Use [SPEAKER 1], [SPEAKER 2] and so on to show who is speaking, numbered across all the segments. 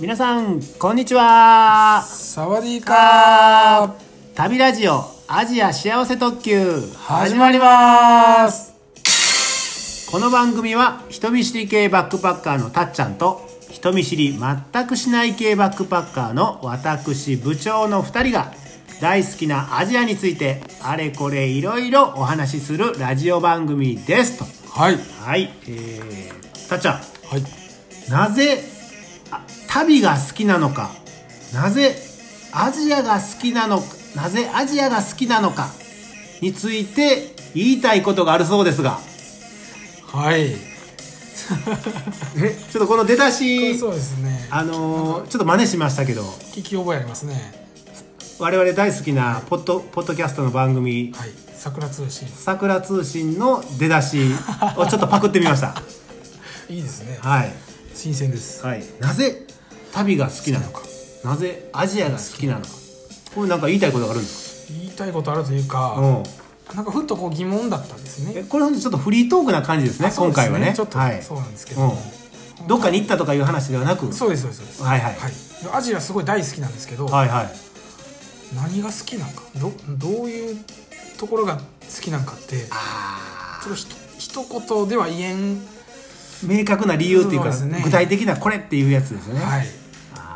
[SPEAKER 1] 皆さんこんにちは
[SPEAKER 2] サワディーカー
[SPEAKER 1] 旅ラジオアジア幸せ特急
[SPEAKER 2] 始まります
[SPEAKER 1] この番組は人見知り系バックパッカーのたっちゃんと人見知り全くしない系バックパッカーの私部長の2人が大好きなアジアについてあれこれいろいろお話しするラジオ番組ですと
[SPEAKER 2] はい
[SPEAKER 1] はいえー、たっちゃん
[SPEAKER 2] はい
[SPEAKER 1] なぜあ旅が好きなのかなぜアジアが好きなのかなぜアジアが好きなのかについて言いたいことがあるそうですが
[SPEAKER 2] はい
[SPEAKER 1] えちょっとこの出だし
[SPEAKER 2] そうですね
[SPEAKER 1] あのーちょっと真似しましたけど
[SPEAKER 2] 聞き覚えありますね
[SPEAKER 1] 我々大好きなポッドポッドキャストの番組
[SPEAKER 2] はい桜通
[SPEAKER 1] 「
[SPEAKER 2] 信
[SPEAKER 1] さくら通信」の出だしをちょっとパクってみ ました
[SPEAKER 2] いいですね
[SPEAKER 1] はい、
[SPEAKER 2] 新鮮です
[SPEAKER 1] はい、なぜ旅が好きなのかなぜアジアが好きなのかこれなんか言いたいことがあるんです
[SPEAKER 2] 言いたいことあるという
[SPEAKER 1] か
[SPEAKER 2] か
[SPEAKER 1] うん
[SPEAKER 2] なんかふっとこう疑問だったんです
[SPEAKER 1] え
[SPEAKER 2] ね
[SPEAKER 1] これほんとちょっとフリートークな感じですね
[SPEAKER 2] あそう
[SPEAKER 1] 今
[SPEAKER 2] で
[SPEAKER 1] 回
[SPEAKER 2] す
[SPEAKER 1] はね
[SPEAKER 2] ちょっと
[SPEAKER 1] はい
[SPEAKER 2] そうなんですけど
[SPEAKER 1] うん、どっかに行ったとかいう話ではなく
[SPEAKER 2] そうですそうですそうです
[SPEAKER 1] はいはい
[SPEAKER 2] はいでアジアすごい大好きなんですけど
[SPEAKER 1] はいはい
[SPEAKER 2] 何が好きなんかどどういうところが好きなんかってちょ
[SPEAKER 1] あ
[SPEAKER 2] っとひと一言では言えん
[SPEAKER 1] ー明確な理由っていうか
[SPEAKER 2] そうですね
[SPEAKER 1] 具体的なこれっていうやつですよね、
[SPEAKER 2] はい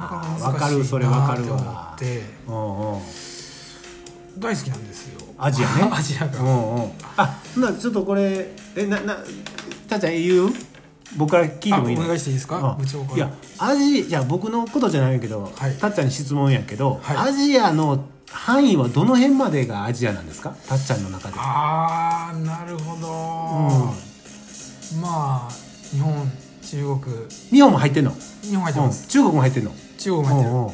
[SPEAKER 1] あー
[SPEAKER 2] な
[SPEAKER 1] わ
[SPEAKER 2] な難
[SPEAKER 1] か
[SPEAKER 2] しいな
[SPEAKER 1] るそれわかる
[SPEAKER 2] ー
[SPEAKER 1] わ
[SPEAKER 2] って思って
[SPEAKER 1] うんうん
[SPEAKER 2] 大好きなんですよ
[SPEAKER 1] アジアね
[SPEAKER 2] アジア
[SPEAKER 1] う
[SPEAKER 2] が
[SPEAKER 1] んうんあなちょっとこれえななたっちゃん言う僕から聞いて
[SPEAKER 2] あお
[SPEAKER 1] もいいの
[SPEAKER 2] 願いしていいですか
[SPEAKER 1] うん
[SPEAKER 2] 部長から
[SPEAKER 1] いやアジじゃあ僕のことじゃないけど、
[SPEAKER 2] はい
[SPEAKER 1] たっちゃんに質問やけど、
[SPEAKER 2] はい
[SPEAKER 1] アジアの範囲はどの辺までがアジアなんですかたっちゃんの中で
[SPEAKER 2] あーなるほどまあ日本中国
[SPEAKER 1] 日本も入ってんの、
[SPEAKER 2] 日本入ってま
[SPEAKER 1] う
[SPEAKER 2] す
[SPEAKER 1] ん中国も入ってんの
[SPEAKER 2] 中国も入って
[SPEAKER 1] う
[SPEAKER 2] る
[SPEAKER 1] んうん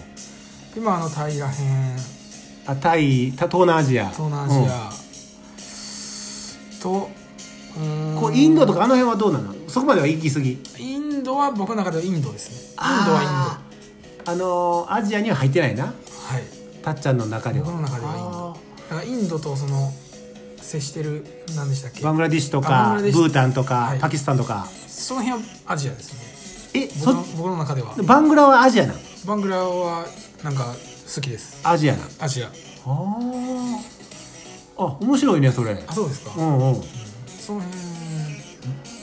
[SPEAKER 2] 今あのタイらへん
[SPEAKER 1] あタイた東南アジア
[SPEAKER 2] 東南アジアとうー
[SPEAKER 1] うんんこうインドとかあの辺はどうなのそこまでは行き過ぎイン
[SPEAKER 2] インドは僕の中ではインドですねインドはインドは
[SPEAKER 1] ドあのーアジアには入ってないないたっちゃんの中では
[SPEAKER 2] 僕の中ではインド
[SPEAKER 1] あー
[SPEAKER 2] だからインドとその接してる何でしたっけ
[SPEAKER 1] バングラディッシュと
[SPEAKER 2] あバン
[SPEAKER 1] か
[SPEAKER 2] グラ
[SPEAKER 1] ブ
[SPEAKER 2] ディッシュ
[SPEAKER 1] ータンとか、
[SPEAKER 2] はい
[SPEAKER 1] パキスタンとか
[SPEAKER 2] その辺はアジアですね
[SPEAKER 1] え
[SPEAKER 2] 僕の
[SPEAKER 1] そ
[SPEAKER 2] 僕の中では
[SPEAKER 1] バングラはアジアなの
[SPEAKER 2] バングラはなんか好きです
[SPEAKER 1] アジアなの
[SPEAKER 2] アジア
[SPEAKER 1] あーあ面白いねそれ
[SPEAKER 2] あそうですか、
[SPEAKER 1] うんうん
[SPEAKER 2] その辺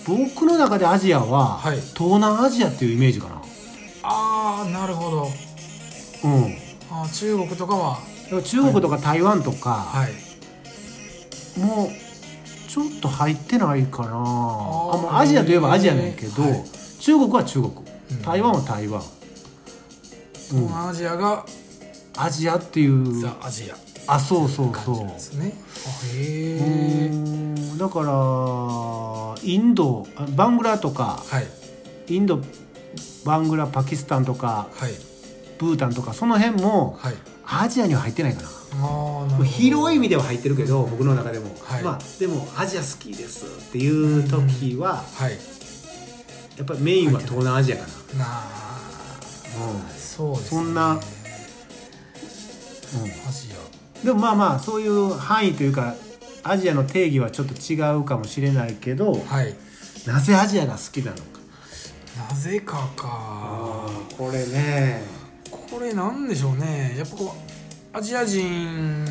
[SPEAKER 1] 僕の中でアジアは、
[SPEAKER 2] はい
[SPEAKER 1] 東南アジアっていうイメージかな
[SPEAKER 2] ああなるほど
[SPEAKER 1] うん
[SPEAKER 2] あー中国とかは
[SPEAKER 1] でも中国とか台湾とか、
[SPEAKER 2] はい
[SPEAKER 1] もうちょっと入ってないかなあ
[SPEAKER 2] ー
[SPEAKER 1] もうアジアといえばアジアなんやけど、
[SPEAKER 2] はい
[SPEAKER 1] 中国は中国
[SPEAKER 2] うん
[SPEAKER 1] 台湾は台湾、う
[SPEAKER 2] 東
[SPEAKER 1] ん
[SPEAKER 2] 南アジアが
[SPEAKER 1] アジアっていう
[SPEAKER 2] ザ・アジア
[SPEAKER 1] あそうそう
[SPEAKER 2] 感
[SPEAKER 1] そう
[SPEAKER 2] じなんですねあ
[SPEAKER 1] う
[SPEAKER 2] へえ
[SPEAKER 1] ーんだからインドあバングラとか
[SPEAKER 2] はい
[SPEAKER 1] インドバングラパキスタンとか
[SPEAKER 2] はい
[SPEAKER 1] ブータンとかその辺も
[SPEAKER 2] はい
[SPEAKER 1] アジアには入ってないかな
[SPEAKER 2] ああなるほど
[SPEAKER 1] 広い意
[SPEAKER 2] 味
[SPEAKER 1] 味では入ってるけど僕の中でも、
[SPEAKER 2] はい
[SPEAKER 1] まあでもアジア好きですっていう時は
[SPEAKER 2] はい
[SPEAKER 1] やっぱりメインは東南アジアかな、
[SPEAKER 2] なあそうですね
[SPEAKER 1] そんなうん
[SPEAKER 2] アジ
[SPEAKER 1] うん、でもまあまあそういう範囲というかアジアの定義はちょっと違うかもしれないけど
[SPEAKER 2] アはい
[SPEAKER 1] なぜアジアが好きなのか
[SPEAKER 2] なぜかか
[SPEAKER 1] これね
[SPEAKER 2] これなんでしょうねやっぱこうアジア人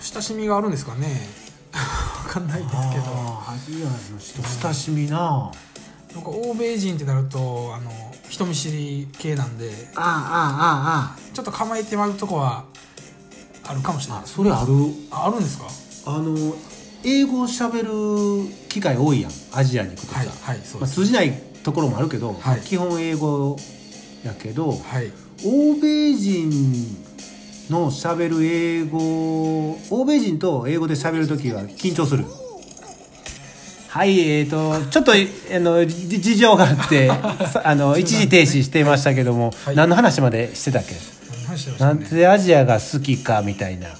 [SPEAKER 2] 親しみがあるんですかね わかんないですけどな
[SPEAKER 1] あーアジアの人親しみなん
[SPEAKER 2] か欧米人ってなるとあの人見知り系なんで
[SPEAKER 1] あああああ
[SPEAKER 2] ちょっと構えてまうとこはあるかもしれない
[SPEAKER 1] あ
[SPEAKER 2] です
[SPEAKER 1] それある
[SPEAKER 2] ああるんですか
[SPEAKER 1] あの英語をしゃべる機会多いやんアジアに行くとさ、
[SPEAKER 2] はいはいそう
[SPEAKER 1] ま
[SPEAKER 2] で
[SPEAKER 1] あ、
[SPEAKER 2] す、
[SPEAKER 1] 通じないところもあるけど、
[SPEAKER 2] はい
[SPEAKER 1] 基本英語やけど
[SPEAKER 2] はい
[SPEAKER 1] 欧米人のしゃべる英語欧米人と英語でしゃべる時は緊張するはいえー、とちょっとあのじ事情があって さあの一時停止してましたけども、
[SPEAKER 2] はい
[SPEAKER 1] 何の話までしてたっけ、
[SPEAKER 2] 何話してまし
[SPEAKER 1] な
[SPEAKER 2] た
[SPEAKER 1] ん
[SPEAKER 2] ね
[SPEAKER 1] でアジアが好きかみたいな
[SPEAKER 2] はい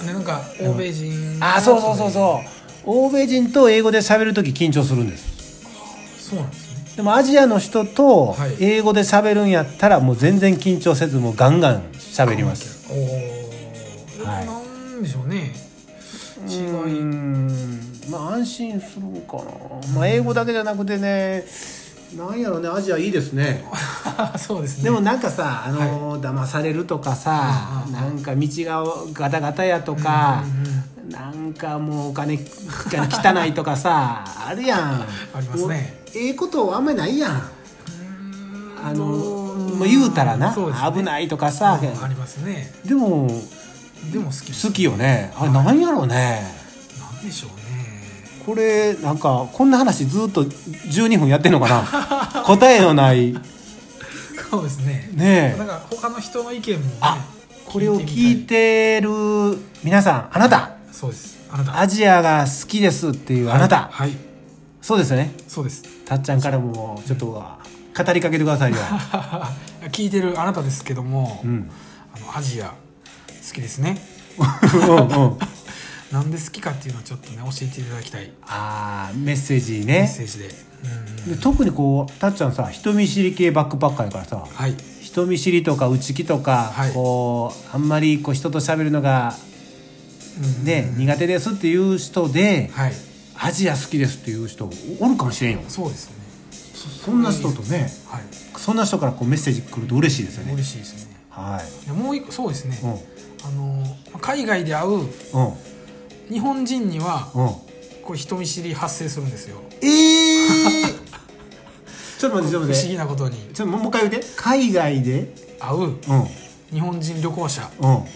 [SPEAKER 2] あねなんか欧米人の
[SPEAKER 1] あそうそうそうそう欧米人と英語で喋る時緊張するんです
[SPEAKER 2] そうなんですね
[SPEAKER 1] でもアジアの人と
[SPEAKER 2] はい
[SPEAKER 1] 英語で喋るんやったらもう全然緊張せずもうガンガン喋ります
[SPEAKER 2] おお、
[SPEAKER 1] はい
[SPEAKER 2] なんでしょうね違
[SPEAKER 1] う
[SPEAKER 2] い
[SPEAKER 1] ーんまあ安心するんかな、まあ、英語だけじゃなくてねなんやろねアジアいいですね
[SPEAKER 2] そうですね
[SPEAKER 1] でもなんかさ、あのー騙されるとかさ、なんか道がガタガタやとか、なんかもうお金汚いとか さあるやん
[SPEAKER 2] ありますね
[SPEAKER 1] もうええことあんまりないやんあの
[SPEAKER 2] うん
[SPEAKER 1] もう言うたらな、
[SPEAKER 2] そうですね
[SPEAKER 1] 危ないとかさ、
[SPEAKER 2] うんありますね
[SPEAKER 1] でも
[SPEAKER 2] でも好きです
[SPEAKER 1] 好きよねあれなんやろうね
[SPEAKER 2] なんでしょうね
[SPEAKER 1] これなんかこんな話ずっと12分やってんのかな答えのない
[SPEAKER 2] そうですね
[SPEAKER 1] ね
[SPEAKER 2] な
[SPEAKER 1] え
[SPEAKER 2] んか他の人の意見もね
[SPEAKER 1] あこれを聞いてる皆さんあなた
[SPEAKER 2] みたいそうですあなた
[SPEAKER 1] アジアが好きですっていうあなた、
[SPEAKER 2] はい
[SPEAKER 1] そうですよね
[SPEAKER 2] そうです
[SPEAKER 1] たっちゃんからもちょっと語りかけてくださいよ、
[SPEAKER 2] 聞いてるあなたですけども、
[SPEAKER 1] うん、
[SPEAKER 2] あのアジア好きですね
[SPEAKER 1] うんうん
[SPEAKER 2] なんで好きかっていうのをちょっとね教えていただきたい
[SPEAKER 1] あーメッセージ
[SPEAKER 2] メッ
[SPEAKER 1] ね
[SPEAKER 2] セージで、うん
[SPEAKER 1] で特にこうたっちゃんさ人見知り系バックパッカーやからさ
[SPEAKER 2] はい
[SPEAKER 1] 人見知りとか内気とか、
[SPEAKER 2] はい
[SPEAKER 1] こうあんまりこう人と喋るのが
[SPEAKER 2] うん
[SPEAKER 1] ね、苦手ですっていう人で
[SPEAKER 2] はい
[SPEAKER 1] アジア好きですっていう人おるかもしれんよ
[SPEAKER 2] そうですね
[SPEAKER 1] そそんな人とね
[SPEAKER 2] はい
[SPEAKER 1] そんな人からこうメッセージ来ると嬉しいですよね
[SPEAKER 2] 嬉しいですね
[SPEAKER 1] は
[SPEAKER 2] でもう一個そうですね、
[SPEAKER 1] いうん
[SPEAKER 2] あの海外で会う
[SPEAKER 1] うん
[SPEAKER 2] 日本人には
[SPEAKER 1] うん
[SPEAKER 2] こう人見知り発生するんですよ
[SPEAKER 1] え えちょっと待ってち
[SPEAKER 2] 不
[SPEAKER 1] ょっと
[SPEAKER 2] 思
[SPEAKER 1] 待って
[SPEAKER 2] 議なことに
[SPEAKER 1] ちょっともう一回言って海外で
[SPEAKER 2] 会う
[SPEAKER 1] うん
[SPEAKER 2] 日本人旅行者
[SPEAKER 1] うん
[SPEAKER 2] あの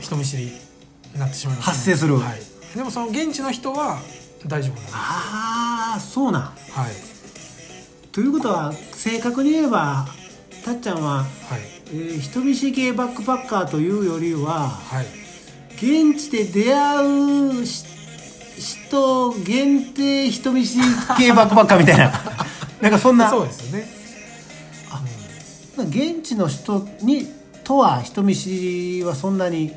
[SPEAKER 2] 人見知りになってしまいます、
[SPEAKER 1] 発生する
[SPEAKER 2] はい、でもその現地の人は大丈夫なんです、
[SPEAKER 1] ああそうなん
[SPEAKER 2] はい
[SPEAKER 1] ということは正確に言えばたっちゃんは、
[SPEAKER 2] はい
[SPEAKER 1] えー人見知り系バックパッカーというよりは
[SPEAKER 2] はい
[SPEAKER 1] 現地で出会うし人限定人見知り系バックパッカーみたいな なんかそんな
[SPEAKER 2] そうですよねあ
[SPEAKER 1] 現地の人にとは人見知りはそんなに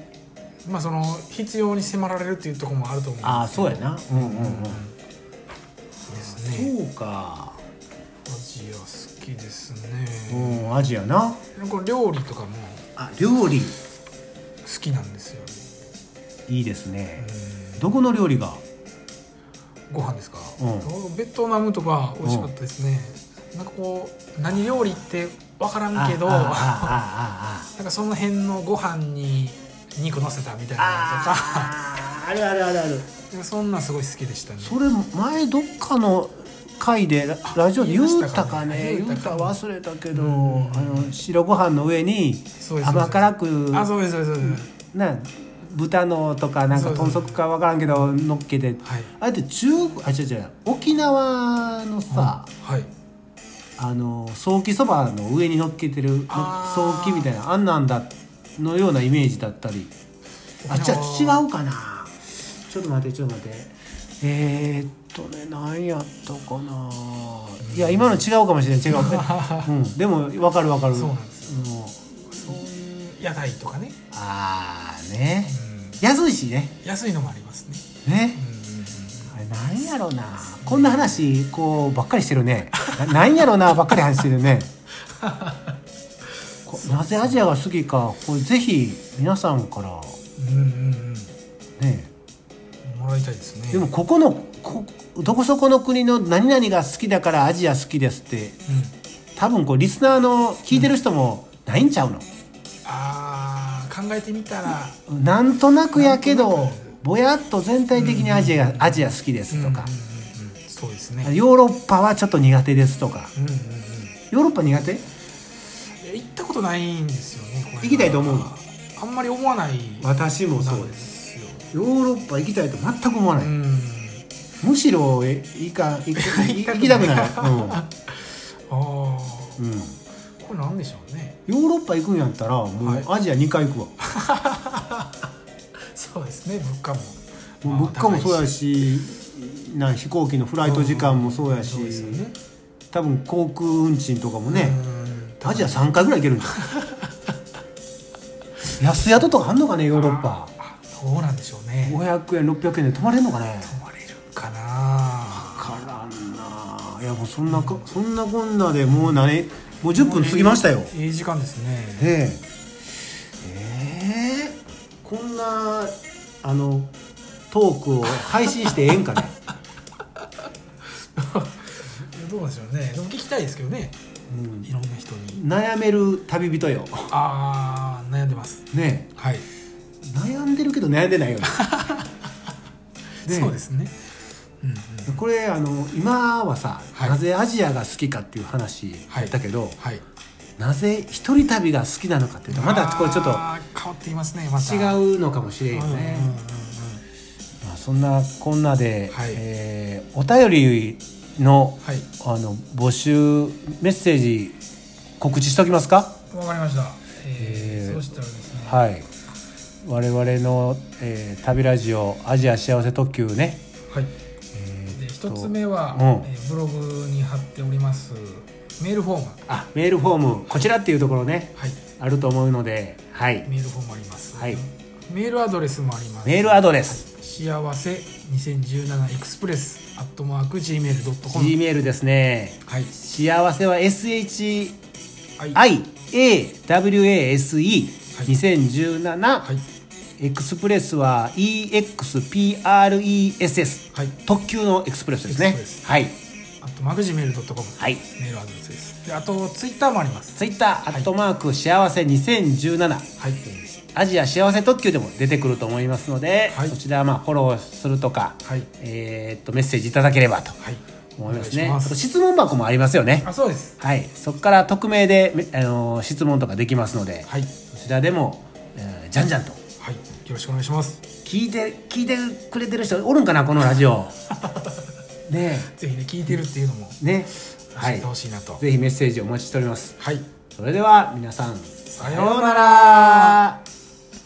[SPEAKER 2] まあその必要に迫られるっていうところもあると思うんですけど
[SPEAKER 1] ああそうやなうんうんうん、
[SPEAKER 2] ですね
[SPEAKER 1] そうか
[SPEAKER 2] アジア好きです
[SPEAKER 1] う
[SPEAKER 2] ね、
[SPEAKER 1] んアジアな
[SPEAKER 2] これ料理とかも
[SPEAKER 1] あ料理
[SPEAKER 2] 好きなんですよね、
[SPEAKER 1] いいですね
[SPEAKER 2] うん
[SPEAKER 1] どこの料理が
[SPEAKER 2] ご飯ですか、
[SPEAKER 1] う
[SPEAKER 2] ベトナムとか美味しかったですね、なんかこう何料理って分からんけど
[SPEAKER 1] あああ
[SPEAKER 2] な
[SPEAKER 1] ああああ
[SPEAKER 2] んかその辺のご飯に肉のせたみたいなのとか
[SPEAKER 1] あーあるあるあるある
[SPEAKER 2] そんなんすごい好きでしたね
[SPEAKER 1] それ前どっかの回でララジオで言うたかね
[SPEAKER 2] 言
[SPEAKER 1] 言
[SPEAKER 2] いま
[SPEAKER 1] う
[SPEAKER 2] した
[SPEAKER 1] た
[SPEAKER 2] かね
[SPEAKER 1] 忘れたけどあ
[SPEAKER 2] うん
[SPEAKER 1] の白ご飯の上に
[SPEAKER 2] そうです
[SPEAKER 1] 甘辛く
[SPEAKER 2] あそうですそうですそうです、
[SPEAKER 1] な豚のとかなんか
[SPEAKER 2] そうそう
[SPEAKER 1] 豚足か分からんけど乗っけて
[SPEAKER 2] はい
[SPEAKER 1] あえて中あ違う違う沖縄のさ
[SPEAKER 2] はい
[SPEAKER 1] あのソーキそばの上に乗っけてるの
[SPEAKER 2] あ
[SPEAKER 1] ソ
[SPEAKER 2] ー
[SPEAKER 1] ーキみたいなあんなんだのようなイメージだったりあじゃあ違うかなちょっと待ってちょっと待ってえー、っとね何やったかないや今の違うかもしれ ない違う、うん、でも分かる分かる
[SPEAKER 2] そうなんです
[SPEAKER 1] もう
[SPEAKER 2] そういう屋台とかね、
[SPEAKER 1] ああね
[SPEAKER 2] う
[SPEAKER 1] 安いしね
[SPEAKER 2] ん、安いのもありますね、
[SPEAKER 1] ね
[SPEAKER 2] うんうんうん
[SPEAKER 1] あれなんやろなこんな話こうばっかりしてるねななんやろなばっかり話してるねこなぜアジアが好きかこれぜひ皆さんから
[SPEAKER 2] うんうん
[SPEAKER 1] ね
[SPEAKER 2] うんもらいたいですね
[SPEAKER 1] でもここのこどこそこの国の何々が好きだからアジア好きですって
[SPEAKER 2] うん、
[SPEAKER 1] 多分こうリスナーの聞いてる人もないんちゃうの、
[SPEAKER 2] あー考えてみたら
[SPEAKER 1] なんとなくやけ
[SPEAKER 2] なん
[SPEAKER 1] ど
[SPEAKER 2] となく
[SPEAKER 1] ぼやっと全体的にアジアがアジア好きですとか
[SPEAKER 2] うん、うんうんうんそうですね
[SPEAKER 1] ヨーロッパはちょっと苦手ですとか
[SPEAKER 2] うんうんうん
[SPEAKER 1] ヨーロッパ苦手
[SPEAKER 2] いや行ったことないんですよねこれが
[SPEAKER 1] 行きたいと思う
[SPEAKER 2] あんまり思わない
[SPEAKER 1] 私も
[SPEAKER 2] なんですよ
[SPEAKER 1] ヨーロッパ行きたいと全く思わ
[SPEAKER 2] う
[SPEAKER 1] ない、
[SPEAKER 2] ん
[SPEAKER 1] むしろえいか い
[SPEAKER 2] 行きたくない
[SPEAKER 1] 行きたくない、
[SPEAKER 2] ああ
[SPEAKER 1] うんうん、
[SPEAKER 2] これなんでしょうね
[SPEAKER 1] ヨーロッパ行くんやったらも
[SPEAKER 2] は
[SPEAKER 1] う
[SPEAKER 2] い
[SPEAKER 1] アジア2回行くわ、
[SPEAKER 2] そうですね物価も
[SPEAKER 1] もう物価もそうや
[SPEAKER 2] し
[SPEAKER 1] しなん飛行機のフライト時間もそうやし、
[SPEAKER 2] そうですよね
[SPEAKER 1] 多分航空運賃とかもね、
[SPEAKER 2] うん
[SPEAKER 1] アジア3回ぐらい行けるんじゃん安宿とかあんのかねヨーロッパ
[SPEAKER 2] あどうなんでしょうね
[SPEAKER 1] 500円600円で泊まれんのかね
[SPEAKER 2] 思われるかな
[SPEAKER 1] からんないやもうそんなかそんなこんなでもう何もう10分過ぎましたよ
[SPEAKER 2] いい時間ですね
[SPEAKER 1] えええーこんなあの トークを配信してええんかね
[SPEAKER 2] どどうでしょうねでも聞きたいですけどねいろんな人に
[SPEAKER 1] 悩める旅人よ
[SPEAKER 2] ああ悩んでます
[SPEAKER 1] ね
[SPEAKER 2] はい、
[SPEAKER 1] え悩んでるけど悩んでないよねね
[SPEAKER 2] そうですねうんう ん
[SPEAKER 1] これあの今はさ、
[SPEAKER 2] はい
[SPEAKER 1] なぜアジアが好きかっていう話
[SPEAKER 2] はい
[SPEAKER 1] だけど、
[SPEAKER 2] はい
[SPEAKER 1] なぜ一人旅が好きなのかっていうとまだこれちょっと
[SPEAKER 2] あー変わっていますねまた
[SPEAKER 1] 違うのかもしれん
[SPEAKER 2] う
[SPEAKER 1] よ
[SPEAKER 2] んうんうん
[SPEAKER 1] ね、まあ、そんなこんなで、
[SPEAKER 2] はい
[SPEAKER 1] えーお便りの
[SPEAKER 2] はい
[SPEAKER 1] あの募集メッセージ告知しておきますか
[SPEAKER 2] わかりました
[SPEAKER 1] えー
[SPEAKER 2] えー、そうしたらですねい
[SPEAKER 1] はい我々の、えー旅ラジオアジア幸せ特急ね、
[SPEAKER 2] はい
[SPEAKER 1] えー
[SPEAKER 2] で
[SPEAKER 1] と
[SPEAKER 2] 一つ目は、
[SPEAKER 1] うん
[SPEAKER 2] えーブログに貼っておりますメールフォーム
[SPEAKER 1] あメールフォームこちらっていうところね
[SPEAKER 2] はい
[SPEAKER 1] あると思うのではい
[SPEAKER 2] メールフォームあります、
[SPEAKER 1] はい
[SPEAKER 2] メールアドレスもあります
[SPEAKER 1] メールアドレス
[SPEAKER 2] 幸せ2017エクスプレスアットマーク
[SPEAKER 1] G
[SPEAKER 2] Gmail.com
[SPEAKER 1] メールですね
[SPEAKER 2] はい
[SPEAKER 1] 幸せは SHI
[SPEAKER 2] はいはい
[SPEAKER 1] IAWASE2017 エクスプレスは EXPRESS
[SPEAKER 2] はい
[SPEAKER 1] 特急のエクスプレスです
[SPEAKER 2] エ
[SPEAKER 1] ね
[SPEAKER 2] クスプレス
[SPEAKER 1] はい
[SPEAKER 2] アットマーク Gmail.com
[SPEAKER 1] はい
[SPEAKER 2] メールアドレスですであとツイッターもあります
[SPEAKER 1] ツイッターアットマーク幸せ2017
[SPEAKER 2] はい
[SPEAKER 1] アジア幸せ特急でも出てくると思いますので、
[SPEAKER 2] はい
[SPEAKER 1] そちらはまあフォローするとか、
[SPEAKER 2] はい
[SPEAKER 1] えーっとメッセージいただければと
[SPEAKER 2] はい
[SPEAKER 1] 思います
[SPEAKER 2] お
[SPEAKER 1] ね
[SPEAKER 2] 願
[SPEAKER 1] あ
[SPEAKER 2] いし
[SPEAKER 1] と質問箱もありますよね
[SPEAKER 2] あそうです
[SPEAKER 1] はいそこから匿名で、めあのー質問とかできますので、
[SPEAKER 2] はい
[SPEAKER 1] そちらでも、えーじゃんじゃんと
[SPEAKER 2] はいよろしくお願いします
[SPEAKER 1] 聞いて聞いてくれてる人おるんかなこのラジ オね
[SPEAKER 2] ぜひね聞いてるっていうのも
[SPEAKER 1] えね
[SPEAKER 2] 教
[SPEAKER 1] は
[SPEAKER 2] え
[SPEAKER 1] い
[SPEAKER 2] てほしいなと
[SPEAKER 1] ぜひメッセージお待ちしております
[SPEAKER 2] はい
[SPEAKER 1] それでは皆さん
[SPEAKER 2] さよ
[SPEAKER 1] さよう
[SPEAKER 2] うな
[SPEAKER 1] な
[SPEAKER 2] ら
[SPEAKER 1] ら